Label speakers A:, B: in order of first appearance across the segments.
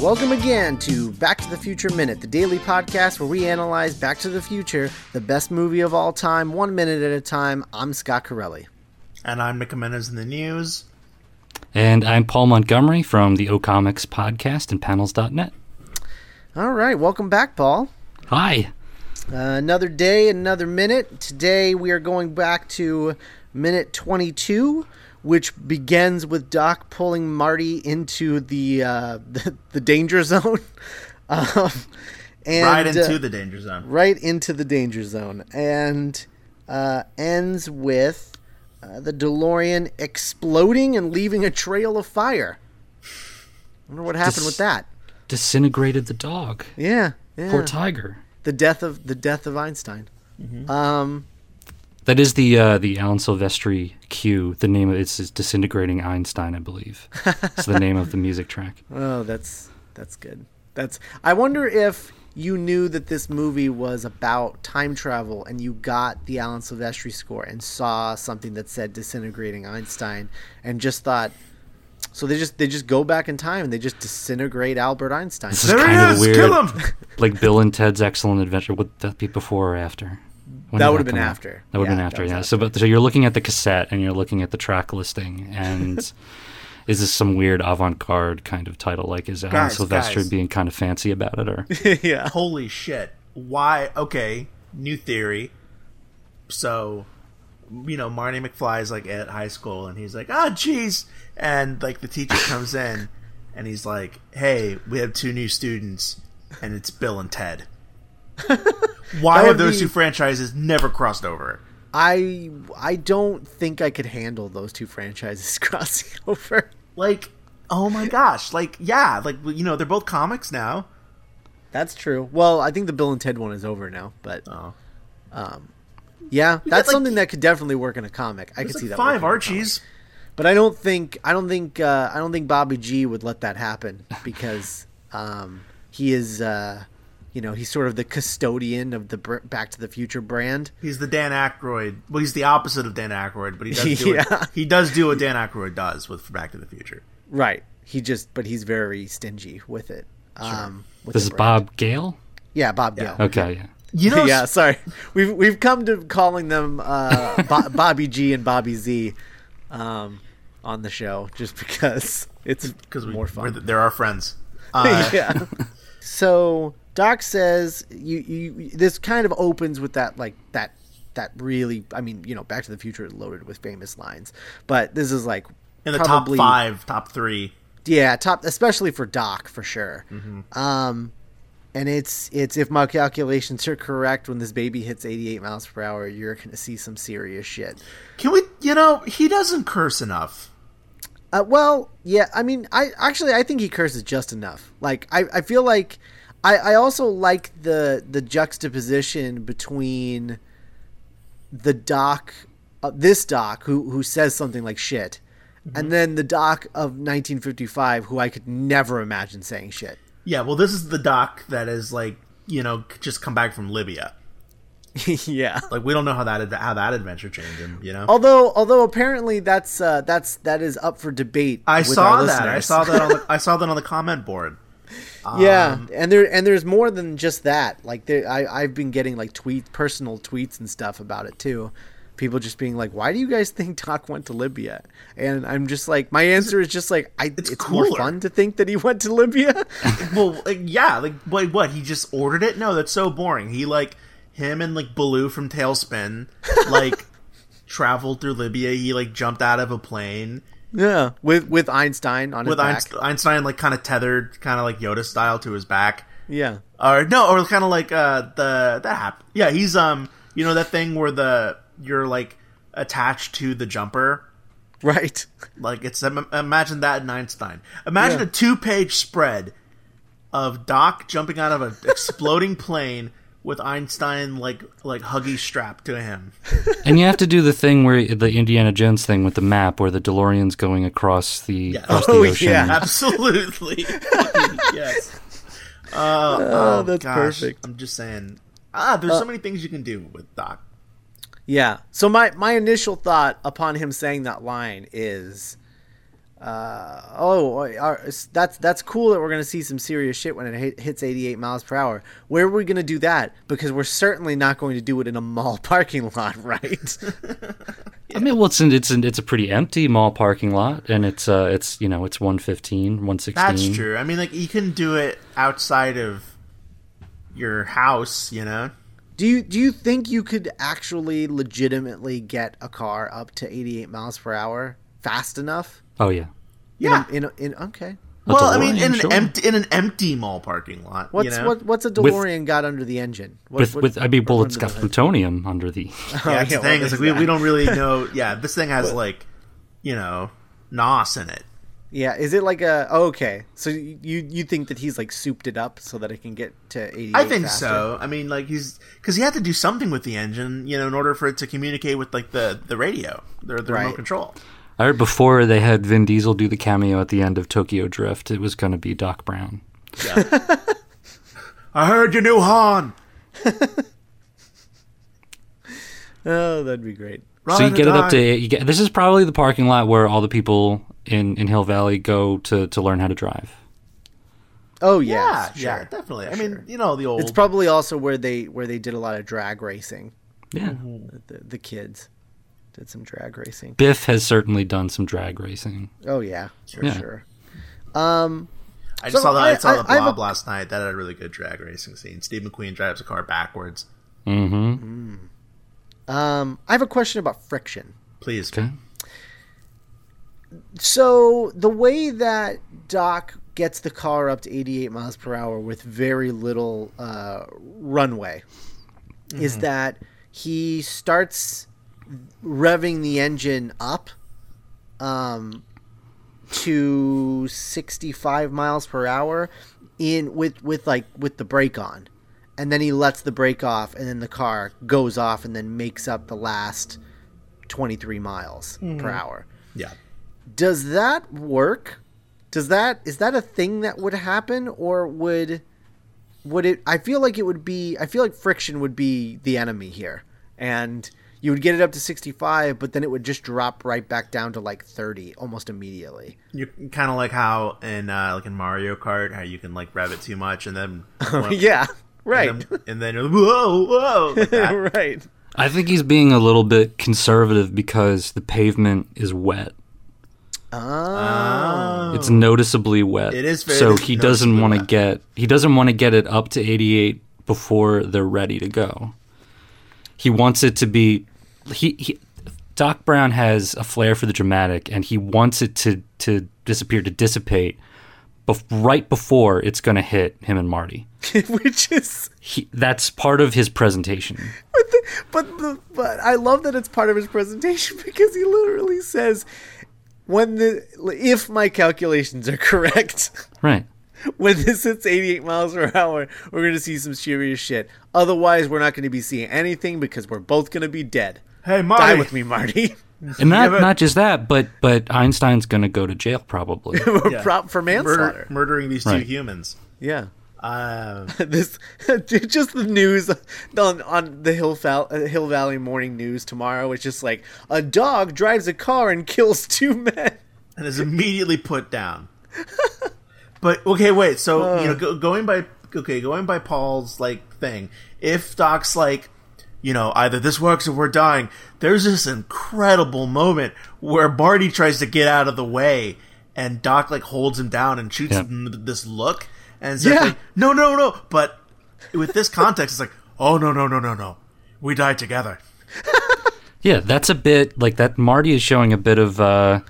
A: Welcome again to Back to the Future Minute, the daily podcast where we analyze Back to the Future, the best movie of all time, one minute at a time. I'm Scott Corelli.
B: And I'm Nick Jimenez in the news.
C: And I'm Paul Montgomery from the O Comics podcast and panels.net.
A: All right, welcome back, Paul.
C: Hi.
A: Uh, another day, another minute. Today we are going back to minute 22, which begins with Doc pulling Marty into the uh, the, the danger zone. um, and,
B: right into
A: uh,
B: the danger zone.
A: right into the danger zone, and uh, ends with uh, the DeLorean exploding and leaving a trail of fire. Wonder what happened
C: Dis-
A: with that.
C: Disintegrated the dog.
A: Yeah, yeah.
C: Poor tiger.
A: the death of the death of Einstein. Um,
C: That is the uh, the Alan Silvestri cue. The name of it's is Disintegrating Einstein, I believe. It's the name of the music track.
A: oh, that's that's good. That's. I wonder if you knew that this movie was about time travel and you got the Alan Silvestri score and saw something that said disintegrating Einstein and just thought. So they just they just go back in time and they just disintegrate Albert Einstein.
C: This is
B: There
C: kind
B: he
C: of
B: is!
C: weird.
B: Kill him!
C: Like Bill and Ted's Excellent Adventure. Would that be before or after? When
A: That
C: did
A: would've been
C: come out?
A: after.
C: That would
A: Yeah,
C: have been
A: that
C: after.
A: was
C: Yeah. So, but so you're looking at the cassette and you're looking at the track listing, and is this some weird avant-garde kind of title? Like, is Alan
B: Guys,
C: Silvestri
B: guys.
C: being kind of fancy about it, or
A: yeah.
B: Holy shit. Why? Okay, new theory. So, you know, Marty McFly is like at high school and he's like, ah, jeez. And like the teacher comes in and he's like, hey, we have two new students and it's Bill and Ted. Why
A: That
B: have
A: would
B: those
A: be-
B: two franchises never crossed over?
A: I I don't think I could handle those two franchises crossing over.
B: Like, oh my gosh. Like, yeah, like, you know, they're both comics now.
A: That's true. Well, I think the Bill and Ted one is over now, but
B: Oh.
A: yeah, that's
B: like-
A: something that could definitely work in a comic. I could
B: There's
A: see
B: like
A: that. working
B: five
A: in a
B: Archies.
A: comic. but I don't think I don't think uh, I don't think Bobby G would let that happen because um, he is uh, you know he's sort of the custodian of the Br- Back to the Future brand.
B: He's the Dan Aykroyd. Well, he's the opposite of Dan Aykroyd, but he does do
A: Yeah.
B: what, he does do what Dan Aykroyd does with Back to the Future.
A: Right. He just but he's very stingy with it. Um, with
C: this
A: the
C: is
A: brand.
C: Bob Gale?
A: Yeah, Bob. Gale.
C: Okay, yeah.
B: You know,
A: yeah, sorry. We've we've come to calling them uh, Bo- Bobby G and Bobby Z um, on the show just because it's
B: because we
A: more
B: we're
A: fun.
B: th- they're our friends. Uh,
A: yeah. So Doc says you, you this kind of opens with that like that that really I mean you know Back to the Future is loaded with famous lines, but this is like
B: in the
A: probably-
B: top five, top three.
A: yeah, top especially for Doc for sure.
B: Mm-hmm.
A: Um, and it's it's if my calculations are correct, when this baby hits 88 miles per hour, you're gonna see some serious shit.
B: Can we? You know, he doesn't curse enough.
A: Uh, well, yeah, I mean, I actually I think he curses just enough. Like I, I feel like I, I also like the the juxtaposition between the doc, uh, this doc who who says something like shit,
B: Mm-hmm.
A: and then the doc of 1955 who I could never imagine saying shit.
B: Yeah. Well, this is the doc that is like you know c- just come back from Libya.
A: yeah.
B: Like we don't know how that ad- how that adventure changed him. You know.
A: Although, although apparently that's uh, that's that is up for debate.
B: I
A: with
B: saw
A: our
B: that. I
A: listeners.
B: saw that. On the, I saw that on the comment board.
A: yeah,
B: Um,
A: and there and there's more than just that. Like there, I I've been getting like tweet personal tweets and stuff about it too. People just being like, "Why do you guys think Doc went to Libya?" And I'm just like, my answer is just like, I, it's,
B: It's
A: more
B: cooler.
A: fun to think that he went to Libya.
B: Well, like, yeah, like wait, what? He just ordered it? No, that's so boring. He like him and like Baloo from Tailspin like traveled through Libya. He like jumped out of a plane
A: yeah, with with Einstein on
B: with
A: his back.
B: Einst- Einstein like kind of tethered, kind of like Yoda style to his back.
A: Yeah,
B: Or no, or kind of like uh the that happened. Yeah, he's um you know that thing where the you're like attached to the jumper.
A: right.
B: Like it's im- imagine that in Einstein. Imagine
A: Yeah.
B: a two-page spread of Doc jumping out of an exploding plane with Einstein like like huggy strapped to him.
C: And you have to do the thing where the Indiana Jones thing with the map, where the DeLorean's going across the, across the
A: Oh,
C: ocean.
A: yeah.
B: Absolutely. yes. Uh, oh,
A: that's
B: gosh.
A: perfect.
B: I'm just saying. Ah, there's so many things you can do with Doc.
A: Yeah. So my my initial thought upon him saying that line is, uh, oh, our, that's that's cool that we're gonna see some serious shit when it hit, hits 88 miles per hour. Where are we gonna do that? Because we're certainly not going to do it in a mall parking lot, right?
C: I mean, well, it's an, it's an, it's a pretty empty mall parking lot, and it's uh, it's you know, it's 115, 116.
B: That's true. I mean, like you can do it outside of your house, you know.
A: do you do you think you could actually legitimately get a car up to 88 miles per hour fast enough?
C: Oh yeah.
B: Yeah.
A: In a, in, a, in okay.
C: A
B: well, I mean,
C: DeLorean,
B: in an
C: sure.
B: empty in an empty mall parking lot.
A: What's
B: you know?
A: what, what's a DeLorean got under the engine? What,
C: with
A: what-
C: with I mean, well,
A: or
C: it's
A: under
C: got
A: the hood?
C: plutonium under the.
B: Yeah, that's
A: yeah,
B: the thing.
A: what
B: Is like
A: is
B: we, we
A: that?
B: don't really know. Yeah, this thing has like, you know, nos in it.
A: Yeah, is it like a oh, okay? So you you think that he's like souped it up so that it can get to 88?
B: I think
A: faster?
B: so. I mean, like he's because he had to do something with the engine, you know, in order for it to communicate with like the the radio, the, the remote
A: Right.
B: control.
C: I heard before they had Vin Diesel do the cameo at the end of Tokyo Drift. It was going to be Doc Brown.
B: I heard your new Han.
A: Oh, that'd be great.
C: so you
B: Run
C: get it up
B: on.
C: to you get, this is probably the parking lot where all the people in, in Hill Valley go to, to learn how to drive.
A: Oh
B: yeah,
A: yeah,
B: yeah,
A: sure.
B: definitely.
A: for
B: I mean,
A: sure.
B: you know, the old
A: It's probably also where they where they did a lot of drag racing.
C: Yeah,
A: The, the kids did some drag racing.
C: Biff has certainly done some drag racing.
A: Oh yeah, for
C: Yeah.
A: sure. Um,
B: I
A: So
B: just saw that. I,
A: I-
B: saw the
A: I- I have
B: blob
A: a-
B: last night. That had a really good drag racing scene. Steve McQueen drives a car backwards.
C: Mm-hmm.
A: um, I have a question about friction.
B: Please,
C: Okay.
A: So the way that Doc gets the car up to 88 miles per hour with very little uh, runway is that he starts revving the engine up um, to 65 miles per hour in with with like with the brake on and then he lets the brake off and then the car goes off and then makes up the last 23 miles per hour
B: yeah.
A: does that work does that is that a thing that would happen or would would it i feel like it would be i feel like friction would be the enemy here and you would get it up to 65 but then it would just drop right back down to like 30 almost immediately
B: You're kind of like how in uh, like in Mario Kart, how you can like rev it too much and then
A: yeah
B: and then, and then you're like, whoa, whoa, like that.
A: right
C: I think he's being a little bit conservative because the pavement is wet.
B: Oh.
C: It's noticeably wet.
B: It is very
C: so he doesn't
B: noticeably
C: want to
B: wet.
C: get he doesn't want to get it up to 88 before they're ready to go. He wants it to be he, he Doc Brown has a flair for the dramatic and he wants it to to disappear to dissipate bef- right before it's going to hit him and Marty.
A: which is
C: He, that's part of his presentation.
A: but the, but I love that it's part of his presentation because he literally says when the if my calculations are correct
C: Right.
A: when this hits 88 miles per hour, we're going to see some serious shit. Otherwise, we're not going to be seeing anything because we're both going to be dead.
B: Hey,
A: Die
B: Marty.
A: with me, Marty.
C: And not
B: but-
C: not just that, but but Einstein's going to go to jail probably.
A: We're
B: Yeah.
A: prop for
B: Murder,
A: manslaughter.
B: murdering these two
C: Right.
B: humans.
A: Yeah.
B: Uh,
A: this just the news on on the Hill, Val- uh, Hill Valley Morning News tomorrow. It's just like a dog drives a car and kills two men.
B: and is immediately put down. but okay, wait. So you know, go, going by okay, going by Paul's like thing. If Doc's like, you know, either this works or we're dying. There's this incredible moment where Barty tries to get out of the way, and Doc like holds him down and shoots
C: Yeah.
B: him with this look, and says,
A: Yeah.
B: like, "No, no, no!" But with this context, it's like, "Oh no, no, no, no, no! We died together."
C: Yeah, that's a bit like that. Marty is showing a bit of uh,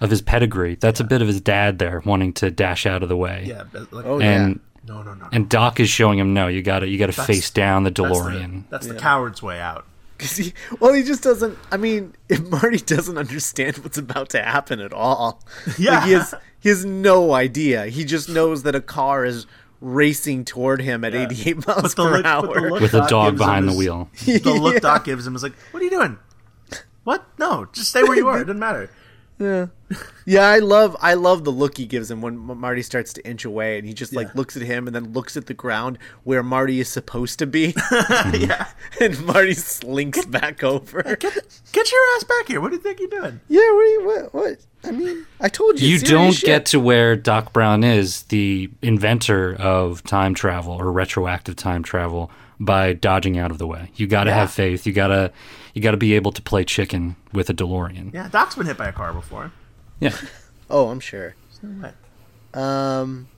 C: of his pedigree. That's a bit of his dad there wanting to dash out of the way.
B: Yeah. but, Like,
A: Oh,
C: and
B: no, no, no.
C: and Doc is showing him no. You got to you got to face down the
B: That's the-
C: DeLorean.
B: That's the coward's way out.
A: Cause he, well, he just doesn't. I mean, if Marty doesn't understand what's about to happen at all,
B: Yeah.
A: like he has he has no idea. He just knows that a car is racing toward him at 88 miles
B: the
A: per
B: look- but the
A: hour.
B: look-
C: with a
B: Doc
C: dog
B: gives him
C: behind the
B: his-
C: wheel.
B: the look Doc gives him is like, "What are you doing? What? No, just stay where you are. It doesn't matter."
A: Yeah. Yeah, I love I love the look he gives him when M- Marty starts to inch away and he just like
B: Yeah.
A: looks at him and then looks at the ground where Marty is supposed to be
B: yeah.
A: and Marty slinks back over.
B: Get, get your ass back here. What do you think you're doing?
A: Yeah, what, do you- what what I mean, I told you
C: you
A: serious
C: don't
A: shit.
C: get to where Doc Brown is, the inventor of time travel or retroactive time travel, by dodging out of the way. You got to have faith. You gotta you gotta be able to play chicken with a DeLorean.
B: Yeah, Doc's been hit by a car before.
C: Yeah.
A: Oh, I'm sure.
B: There's no way.
A: Um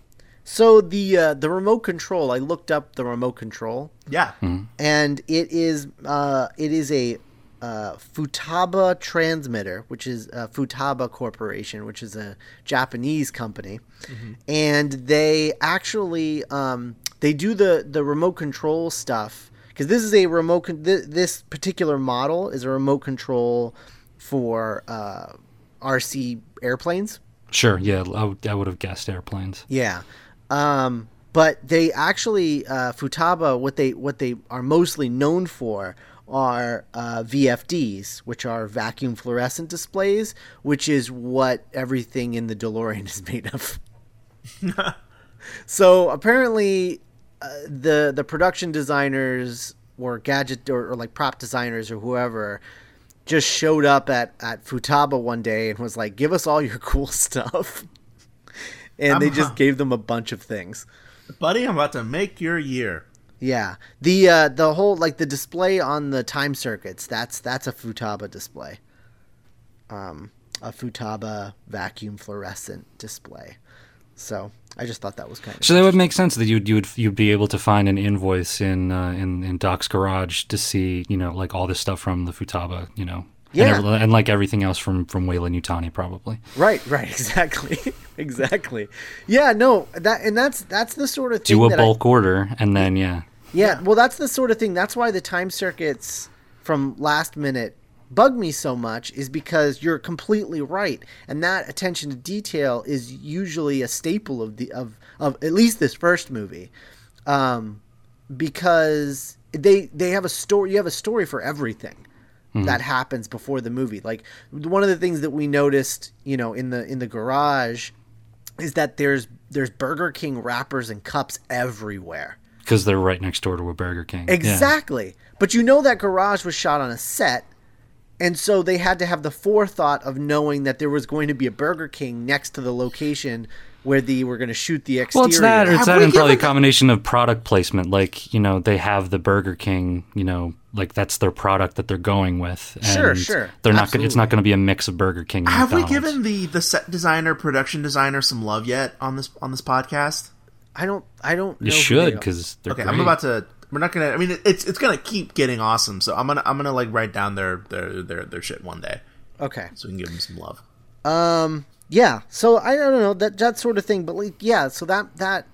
A: so the uh, the remote control, I looked up the remote control
B: Yeah.
C: Mm-hmm.
A: and it is uh, it is a uh, Futaba transmitter, which is uh, Futaba Corporation, which is a Japanese company, and they actually um, they do the the remote control stuff because this is a remote con- th- this particular model is a remote control for uh, RC airplanes.
C: Sure. Yeah. I would- I would have guessed airplanes.
A: Yeah, um, but they actually uh, Futaba what they what they are mostly known for are uh, VFDs, which are vacuum fluorescent displays, which is what everything in the DeLorean is made of. so apparently, uh, the the production designers or gadget or, or like prop designers or whoever just showed up at at Futaba one day and was like, "Give us all your cool stuff." And they just gave them a bunch of things.
B: Buddy, I'm about to make your year.
A: Yeah, the uh, the whole like the display on the time circuits. That's that's a Futaba display, um, a Futaba vacuum fluorescent display. So I just thought that was kind of
C: So that would make sense that you'd you'd you'd be able to find an invoice in uh, in in Doc's garage to see you know like all this stuff from the Futaba you know
A: Yeah.
C: and, every- and like everything else from from Wayland Utani probably.
A: right, right, exactly, exactly. Yeah, no, that and that's that's the sort of thing
C: Do a
A: that I-
C: bulk order and then yeah.
A: Yeah, well, that's the sort of thing. That's why the time circuits from last minute bug me so much is because you're completely right, and that attention to detail is usually a staple of the of of at least this first movie, um, because they they have a story. You have a story for everything that happens before the movie. Like one of the things that we noticed, you know, in the in the garage, is that there's there's Burger King wrappers and cups everywhere.
C: Because they're right next door to a Burger King. Yeah.
A: Exactly. But you know that garage was shot on a set, and so they had to have the forethought of knowing that there was going to be a Burger King next to the location where they were going to shoot the exterior.
C: Well, it's that, or it's
A: Have
C: that,
A: we
C: and probably a
A: given-
C: combination of product placement. Like you know, they have the Burger King. You know, like that's their product that they're going with. And
A: Sure, sure.
C: They're not. Gonna, it's not going to be a mix of Burger King. And
B: Have we
C: McDonald's.
B: given the the set designer, production designer some love yet on this on this podcast?
A: I don't. I don't.
C: You
A: know who
C: should,
A: they are.
C: because they're
B: Okay,
C: great.
B: I'm about to. We're not gonna. I mean, it's it's gonna keep getting awesome. So I'm gonna I'm gonna like write down their their their their shit one day
A: Okay.
B: so we can give them some love.
A: Um. Yeah. So I don't know that that sort of thing, but like, yeah. So that that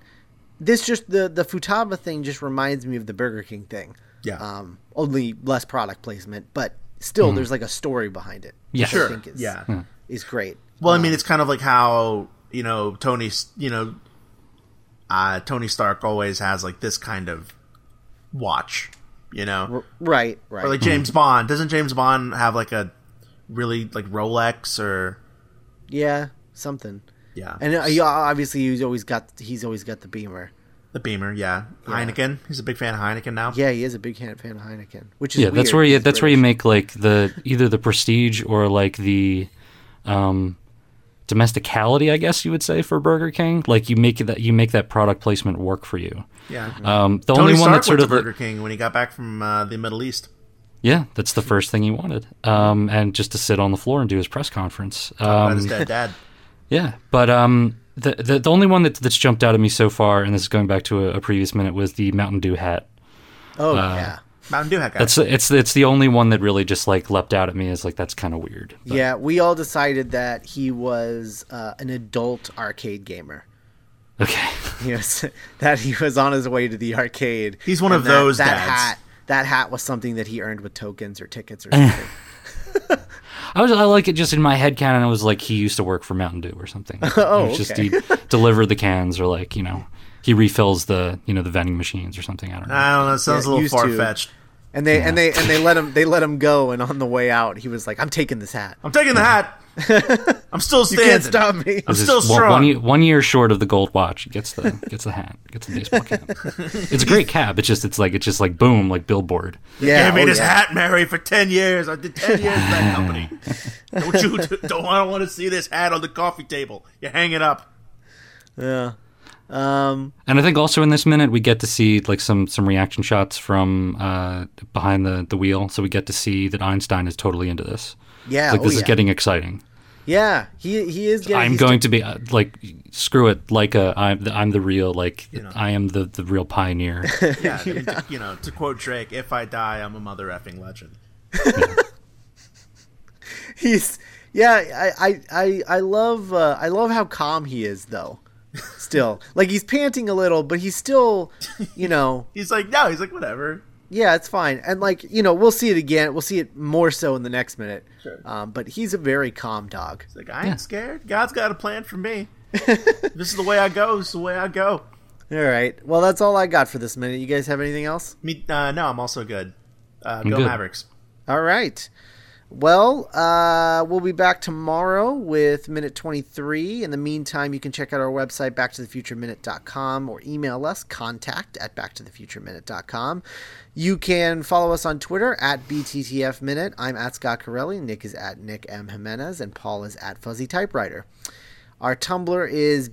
A: this just the the Futaba thing just reminds me of the Burger King thing.
B: Yeah.
A: Um. Only less product placement, but still, there's like a story behind it. which
C: Hmm. Yeah.
A: I
C: Sure,
A: think is-
B: yeah.
A: Is great.
B: Well, I mean, it's kind of like how you know Tony. You know, uh, Tony Stark always has like this kind of watch. You know,
A: R- Right, right.
B: or like James Bond. Doesn't James Bond have like a really like Rolex or
A: yeah, something.
B: yeah?
A: And uh, yeah, obviously he's always got he's always got the Beamer.
B: the Beamer, yeah. Heineken. He's a big fan of Heineken now.
A: Yeah, he is a big hand- fan of Heineken, which is
C: yeah, that's
A: weird,
C: where you.
A: 'cause
C: That's where you
A: British.
C: make like the either the prestige or like the, um, domesticality. I guess you would say for Burger King, like you make that you make that product placement work for you.
B: yeah.
C: Um, the
B: Tony
C: only one
B: Stark
C: that sort
B: went
C: of
B: to Burger King when he got back from uh, the Middle East.
C: Yeah, that's the first thing he wanted. Um, and just to sit on the floor and do his press conference. Um,
B: About his dead dad.
C: yeah, but um, the, the the only one that, that's jumped out at me so far, and this is going back to a, a previous minute, was the Mountain Dew hat.
A: Oh
C: uh,
A: yeah,
B: Mountain Dew hat guy.
C: That's it's it's the only one that really just like leapt out at me as like that's kind of weird. But-
A: yeah. We all decided that he was uh, an adult arcade gamer.
C: Okay.
A: He was that he was on his way to the arcade.
B: He's one
A: and
B: of
A: that-
B: those
A: That
B: dads.
A: hat. That hat was something that he earned with tokens or tickets or something.
C: I was I like it just in my head canon. I was like he used to work for Mountain Dew or something.
A: Oh,
C: It was just
A: okay.
C: he delivered the cans or like you know he refills the you know the vending machines or something. I don't know.
A: Ah,
B: I don't know. It sounds
A: Yeah,
B: a little
A: used to.
B: far fetched.
A: and they and they and they let him they let him go. And on the way out, he was like, "I'm taking this hat."
B: I'm taking the hat. I'm still
A: You can't
B: standing.
A: stop me.
B: I'm
C: This is
B: still
C: one-
B: strong.
C: One, year, one year short of the gold watch. He Gets the gets the hat. Gets the baseball cap. It's a great cap. It's just it's like it's just like boom like billboard.
A: Yeah,
B: Gave me
A: oh,
B: this
A: yeah.
B: hat, Mary, for ten years. I did ten years in that company. Don't you don't I don't want to see this hat on the coffee table? You hang it up.
A: Yeah. Um,
C: And I think also in this minute we get to see like some some reaction shots from uh, behind the the wheel. So we get to see that Einstein is totally into this.
A: yeah.
C: Like
A: oh,
C: this is
A: yeah.
C: getting exciting.
A: Yeah, he he is getting.
C: I'm
A: he's
C: going to be uh, like screw it like a I'm the, I'm the real like
B: know.
C: I am the the real pioneer.
B: Yeah, I mean, to- you know, to quote Drake, "If I die, I'm a mother effing legend."
A: he's yeah i i i, I love uh, i love how calm he is though still like he's panting a little but he's still you know
B: He's like, no, he's like, whatever.
A: yeah it's fine and like you know we'll see it again we'll see it more so in the next minute
B: Sure.
A: um, but he's a very calm dog
B: He's like, I ain't scared. God's got a plan for me. this is the way I go. This is the way I go.
A: all right well that's all i got for this minute you guys have anything else
B: Me, uh, no, I'm also good. Uh, go
C: good.
B: Mavericks.
A: all right well, uh, we'll be back tomorrow with minute 23. In the meantime, you can check out our website, backtothefutureminute.com, or email us, contact at backtothefutureminute.com. You can follow us on Twitter at BTTF Minute. I'm at Scott Corelli, Nick is at Nick M. Jimenez, and Paul is at Fuzzy Typewriter. Our Tumblr is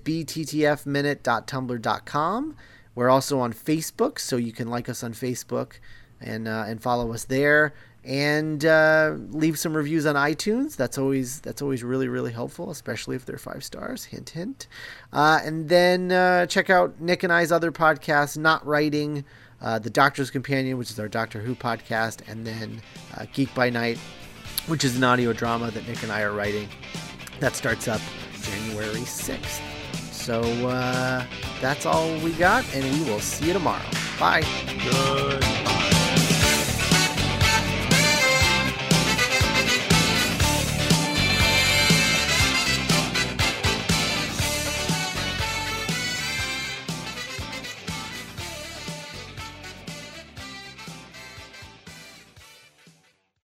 A: bttfminute.tumblr.com. We're also on Facebook, so you can like us on Facebook and uh, and follow us there and uh, leave some reviews on iTunes. That's always that's always really really helpful, especially if they're five stars. Hint hint. Uh, and then uh, check out Nick and I's other podcast, Not Writing, uh, The Doctor's Companion, which is our Doctor Who podcast, and then uh, Geek by Night, which is an audio drama that Nick and I are writing that starts up January 6th. So uh, that's all we got, and we will see you tomorrow. Bye.
B: Good.